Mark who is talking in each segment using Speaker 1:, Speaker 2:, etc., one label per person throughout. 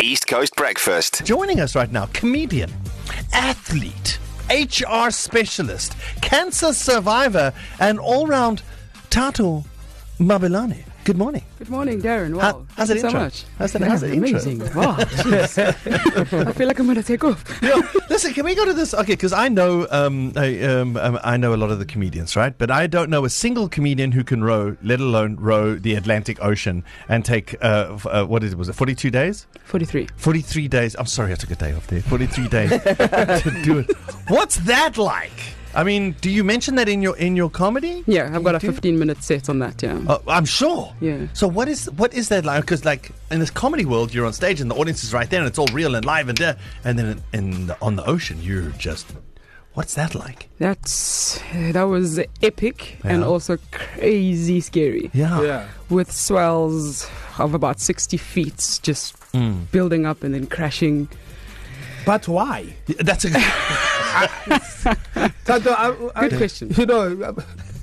Speaker 1: East Coast Breakfast.
Speaker 2: Joining us right now, comedian, athlete, HR specialist, cancer survivor, and all round Tato Mabilani. Good morning.
Speaker 3: Good morning, Darren. Wow,
Speaker 2: How- how's
Speaker 3: thank
Speaker 2: that
Speaker 3: you so
Speaker 2: intro?
Speaker 3: much.
Speaker 2: How's that- how's
Speaker 3: Yeah,
Speaker 2: that intro?
Speaker 3: amazing. Wow, jeez. I feel like I'm gonna take off.
Speaker 2: Yeah, listen, can we go to this? Okay, because I know um I, um, um, I know a lot of the comedians, right? But I don't know a single comedian who can row, let alone row the Atlantic Ocean and take uh, f- uh what is it? Was it forty-two days?
Speaker 3: 43.
Speaker 2: 43 days. I'm sorry, I took a day off there. 43 days to do it. What's that like? I mean, do you mention that in your in your comedy?
Speaker 3: Yeah, I've got a
Speaker 2: Do you-
Speaker 3: 15 minute set on that. Yeah.
Speaker 2: Uh, I'm sure.
Speaker 3: Yeah.
Speaker 2: So what is what is that like? Because like in this comedy world, you're on stage and the audience is right there, and it's all real and live and there. And then in the, on the ocean, you're just. What's that like?
Speaker 3: That's that was epic and
Speaker 2: Yeah.
Speaker 3: also crazy scary
Speaker 4: Ah.
Speaker 2: Yeah.
Speaker 3: with swells of about 60 feet just
Speaker 2: Mm.
Speaker 3: building up and then crashing.
Speaker 4: But why?
Speaker 2: That's a.
Speaker 4: Tato, I, I,
Speaker 3: Good question.
Speaker 4: You know,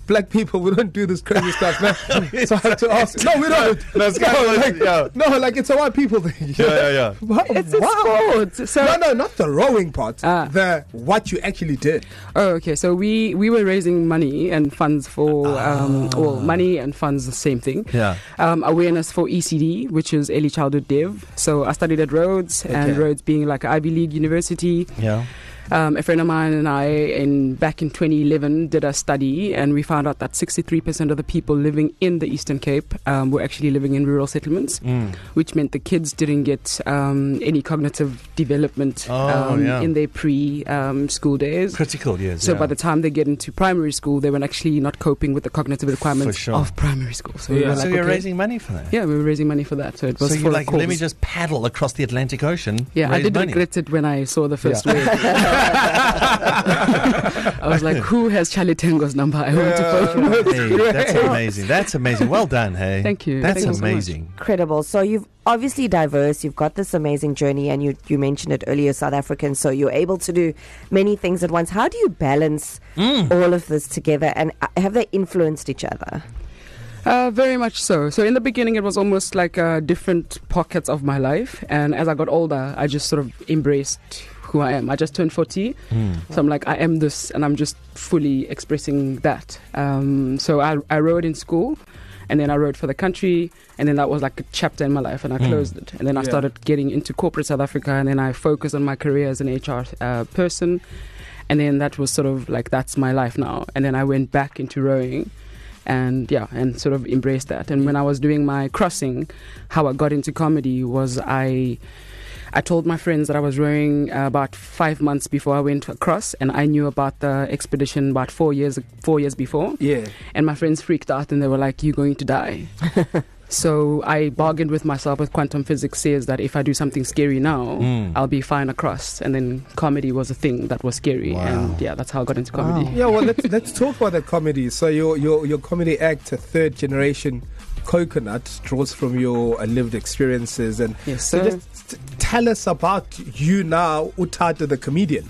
Speaker 4: black people, we don't do this crazy stuff, man. so I had to ask. No, we don't.
Speaker 2: No, it's kind of like- yeah.
Speaker 4: No, like it's a white people thing.
Speaker 2: yeah, yeah.
Speaker 4: Wow.
Speaker 3: It's a sport. So
Speaker 4: No, no, not the rowing part.
Speaker 3: Ah.
Speaker 4: The what you actually did.
Speaker 3: Oh, okay. So we we were raising money and funds for um, well, money and funds the same thing.
Speaker 2: Ah. Yeah.
Speaker 3: Um, awareness for ECD, which is early childhood dev. So I studied at Rhodes, and
Speaker 4: Okay.
Speaker 3: Rhodes being like an Ivy League university.
Speaker 2: Yeah.
Speaker 3: Um, a friend of mine and I, in back in 2011, did a study, and we found out that 63% of the people living in the Eastern Cape um, were actually living in rural settlements,
Speaker 2: Mm.
Speaker 3: which meant the kids didn't get um, any cognitive development
Speaker 2: Oh,
Speaker 3: um,
Speaker 2: yeah.
Speaker 3: in their pre-school um, school days.
Speaker 2: Critical years.
Speaker 3: So
Speaker 2: yeah.
Speaker 3: by the time they get into primary school, they were actually not coping with the cognitive requirements
Speaker 2: For sure.
Speaker 3: of primary school. So we
Speaker 4: Yeah.
Speaker 3: were
Speaker 2: so
Speaker 3: like,
Speaker 2: you're
Speaker 3: okay.
Speaker 2: raising money for that.
Speaker 3: yeah, we were raising money for that. So it was
Speaker 2: So
Speaker 3: for
Speaker 2: you're
Speaker 3: a
Speaker 2: like, let me
Speaker 3: cause.
Speaker 2: just paddle across the Atlantic Ocean.
Speaker 3: Yeah, I
Speaker 2: raise
Speaker 3: did
Speaker 2: money.
Speaker 3: regret it when I saw the first wave. I was like, who has Chalitengo's number? I want to phone him.
Speaker 2: Hey, that's amazing. That's amazing. Well done, hey.
Speaker 3: Thank you.
Speaker 2: That's
Speaker 3: Thank you so much.
Speaker 2: amazing.
Speaker 5: Incredible. So you've obviously diverse. You've got this amazing journey, and you you mentioned it earlier, South African. So you're able to do many things at once. How do you balance all of this together? And uh, have they influenced each other?
Speaker 3: Uh, very much so. So in the beginning, it was almost like uh, different pockets of my life, and as I got older, I just sort of embraced who I am. I just turned forty, so I'm like, I am this, and I'm just fully expressing that. Um, so I, I rode in school. And then I rode for the country, and then that was like a chapter in my life, and I closed it. And then I
Speaker 4: Yeah.
Speaker 3: started getting into corporate South Africa, and then I focused on my career as an HR uh, person. And then that was sort of like, that's my life now. And then I went back into rowing, and yeah, and sort of embraced that. And when I was doing my crossing, how I got into comedy was I. I told my friends that I was rowing uh, about five months before I went across, and I knew about the expedition about four years four years before.
Speaker 4: Yeah.
Speaker 3: And my friends freaked out, and they were like, "You're going to die." so I bargained with myself. With quantum physics says that if I do something scary now, I'll be fine across. And then comedy was a thing that was scary, and yeah, that's how I got into comedy.
Speaker 4: Yeah, well, let's, let's talk about the comedy. So your, your, your comedy act, a third generation coconut, draws from your uh, lived experiences. And
Speaker 3: Yes,
Speaker 4: so
Speaker 3: sir.
Speaker 4: just t- tell us about you now, Utato the comedian.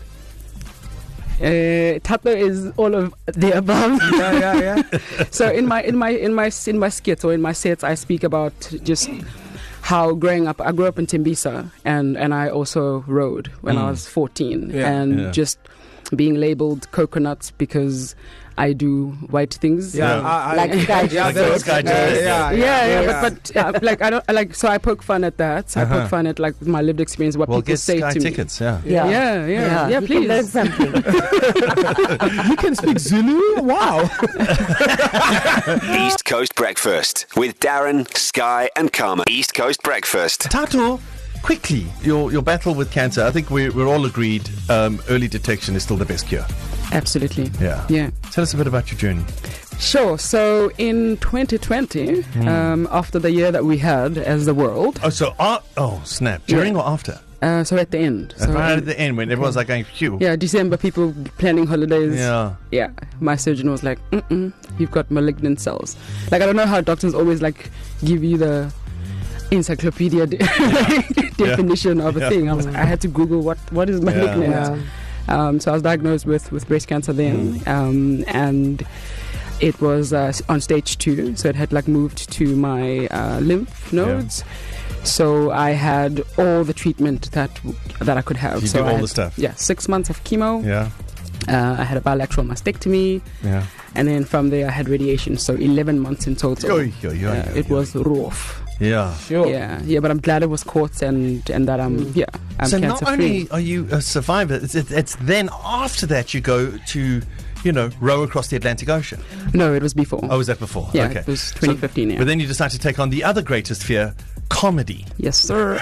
Speaker 3: Uh, Tato is all of the above.
Speaker 4: Yeah, yeah, yeah.
Speaker 3: so in my in my in my in my skits or in my sets, I speak about just how growing up. I grew up in Tembisa, and and I also rode when I was fourteen,
Speaker 4: Yeah.
Speaker 3: and
Speaker 2: Yeah.
Speaker 3: just being labeled coconuts because I do white things.
Speaker 2: Yeah.
Speaker 4: Yeah, I, I,
Speaker 5: Like Sky Jazz.
Speaker 4: yeah,
Speaker 5: Like
Speaker 4: that's-
Speaker 2: Sky
Speaker 4: yeah,
Speaker 2: Jazz.
Speaker 4: Yeah,
Speaker 3: Yeah, yeah, but but uh, like I don't I like so I poke fun at that. I
Speaker 2: Uh-huh.
Speaker 3: poke fun at like my lived experience, what
Speaker 2: Well,
Speaker 3: people
Speaker 2: get
Speaker 3: say
Speaker 2: Sky
Speaker 3: to
Speaker 2: tickets, yeah.
Speaker 3: me. Yeah, yeah, yeah,
Speaker 5: you can
Speaker 3: please.
Speaker 5: learn something.
Speaker 4: you can speak Zulu. Wow.
Speaker 1: East Coast Breakfast with Darren, Sky, and Karma. East Coast Breakfast.
Speaker 2: Tato, quickly, your, your battle with cancer. I think we're, we're all agreed um, early detection is still the best cure.
Speaker 3: Absolutely.
Speaker 2: Yeah.
Speaker 3: Yeah.
Speaker 2: Tell us a bit about your journey.
Speaker 3: Sure. So in 2020, um, after the year that we had as the world,
Speaker 2: Oh, so, uh, oh, snap. During
Speaker 3: Yeah.
Speaker 2: or after?
Speaker 3: uh, so at the end, so
Speaker 2: right
Speaker 3: in-
Speaker 2: at the end when everyone's like going, phew.
Speaker 3: yeah, December people planning holidays.
Speaker 2: Yeah.
Speaker 3: Yeah. My surgeon was like, Mm-mm, "You've got malignant cells." Like I don't know how doctors always like give you the encyclopedia de- definition of a
Speaker 2: Yeah.
Speaker 3: thing. I was, I had to Google what what is malignant.
Speaker 5: Yeah.
Speaker 3: Um, so I was diagnosed with, with breast cancer then,
Speaker 2: Mm.
Speaker 3: um, and it was uh, s- on stage two, so it had like moved to my uh, lymph nodes. So I had all the treatment that w- that I could have.
Speaker 2: You
Speaker 3: so
Speaker 2: do
Speaker 3: I
Speaker 2: all
Speaker 3: had,
Speaker 2: the stuff.
Speaker 3: Yeah, six months of chemo.
Speaker 2: Yeah,
Speaker 3: Uh, I had a bilateral mastectomy,
Speaker 2: yeah.
Speaker 3: and then from there I had radiation. So eleven months in total.
Speaker 2: Yo, yo, yo, yo,
Speaker 3: Yeah, it
Speaker 2: yo.
Speaker 3: was rough.
Speaker 2: Yeah.
Speaker 4: Sure.
Speaker 3: Yeah, yeah, but I'm glad it was caught and and that I'm yeah I'm
Speaker 2: Mm. so
Speaker 3: cancer
Speaker 2: not
Speaker 3: free.
Speaker 2: only are you a survivor, it's, it's, it's then after that you go to, you know, row across the Atlantic Ocean.
Speaker 3: No, it was before.
Speaker 2: Oh, was that before?
Speaker 3: yeah,
Speaker 2: okay.
Speaker 3: it was
Speaker 2: So-
Speaker 3: 2015. yeah.
Speaker 2: But then you decide to take on the other greatest fear, comedy,
Speaker 3: yes, sir.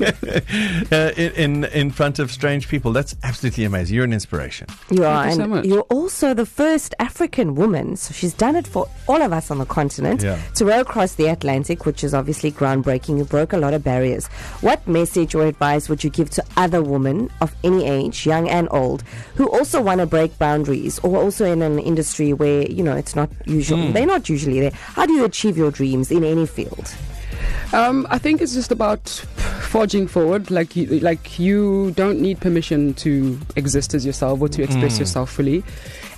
Speaker 2: uh, in, in in front of strange people. That's absolutely amazing. You're an inspiration.
Speaker 5: You are,
Speaker 3: Thank you so
Speaker 5: and
Speaker 3: much.
Speaker 5: you're also the first African woman, so she's done it for all of us on the continent,
Speaker 2: Yeah.
Speaker 5: to row across the Atlantic, which is obviously groundbreaking. You broke a lot of barriers. What message or advice would you give to other women of any age, young and old, who also want to break boundaries or also in an industry where, you know, it's not usual?
Speaker 3: Hmm.
Speaker 5: They're not usually there. How do you achieve your dreams in any field?
Speaker 3: Um, I think it's just about forging forward. Like, you, like you don't need permission to exist as yourself or to
Speaker 2: Mm.
Speaker 3: express yourself fully.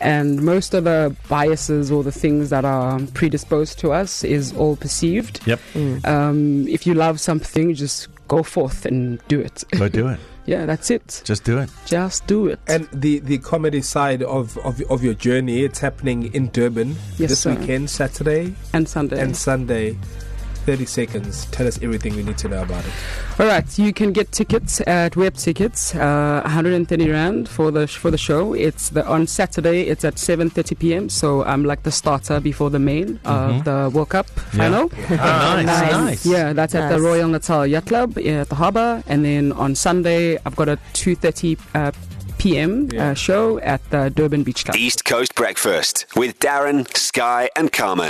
Speaker 3: And most of the biases or the things that are predisposed to us is all perceived.
Speaker 2: Yep.
Speaker 3: Um, if you love something, just go forth and do it.
Speaker 2: Go do it.
Speaker 3: yeah, that's it.
Speaker 2: Just do it.
Speaker 3: Just do it.
Speaker 4: And the, the comedy side of, of, of your journey, it's happening in Durban
Speaker 3: Yes,
Speaker 4: this
Speaker 3: sir.
Speaker 4: weekend, Saturday
Speaker 3: and Sunday.
Speaker 4: and Sunday. 30 seconds. Tell us everything we need to know about it.
Speaker 3: All right, you can get tickets at Web Tickets, uh, 130 rand for the for the show. It's the on Saturday. It's at 7:30 p.m. So I'm like the starter before the main of the World Cup final.
Speaker 2: nice,
Speaker 5: Nice.
Speaker 2: nice.
Speaker 3: Ah, Yeah, that's at the
Speaker 5: Nice.
Speaker 3: Royal Natal Yacht Club at the harbour, and then on Sunday I've got a 2:30 uh, p.m. Uh, show at the Durban Beach Club.
Speaker 1: East Coast Breakfast with Darren, Sky, and Carmen.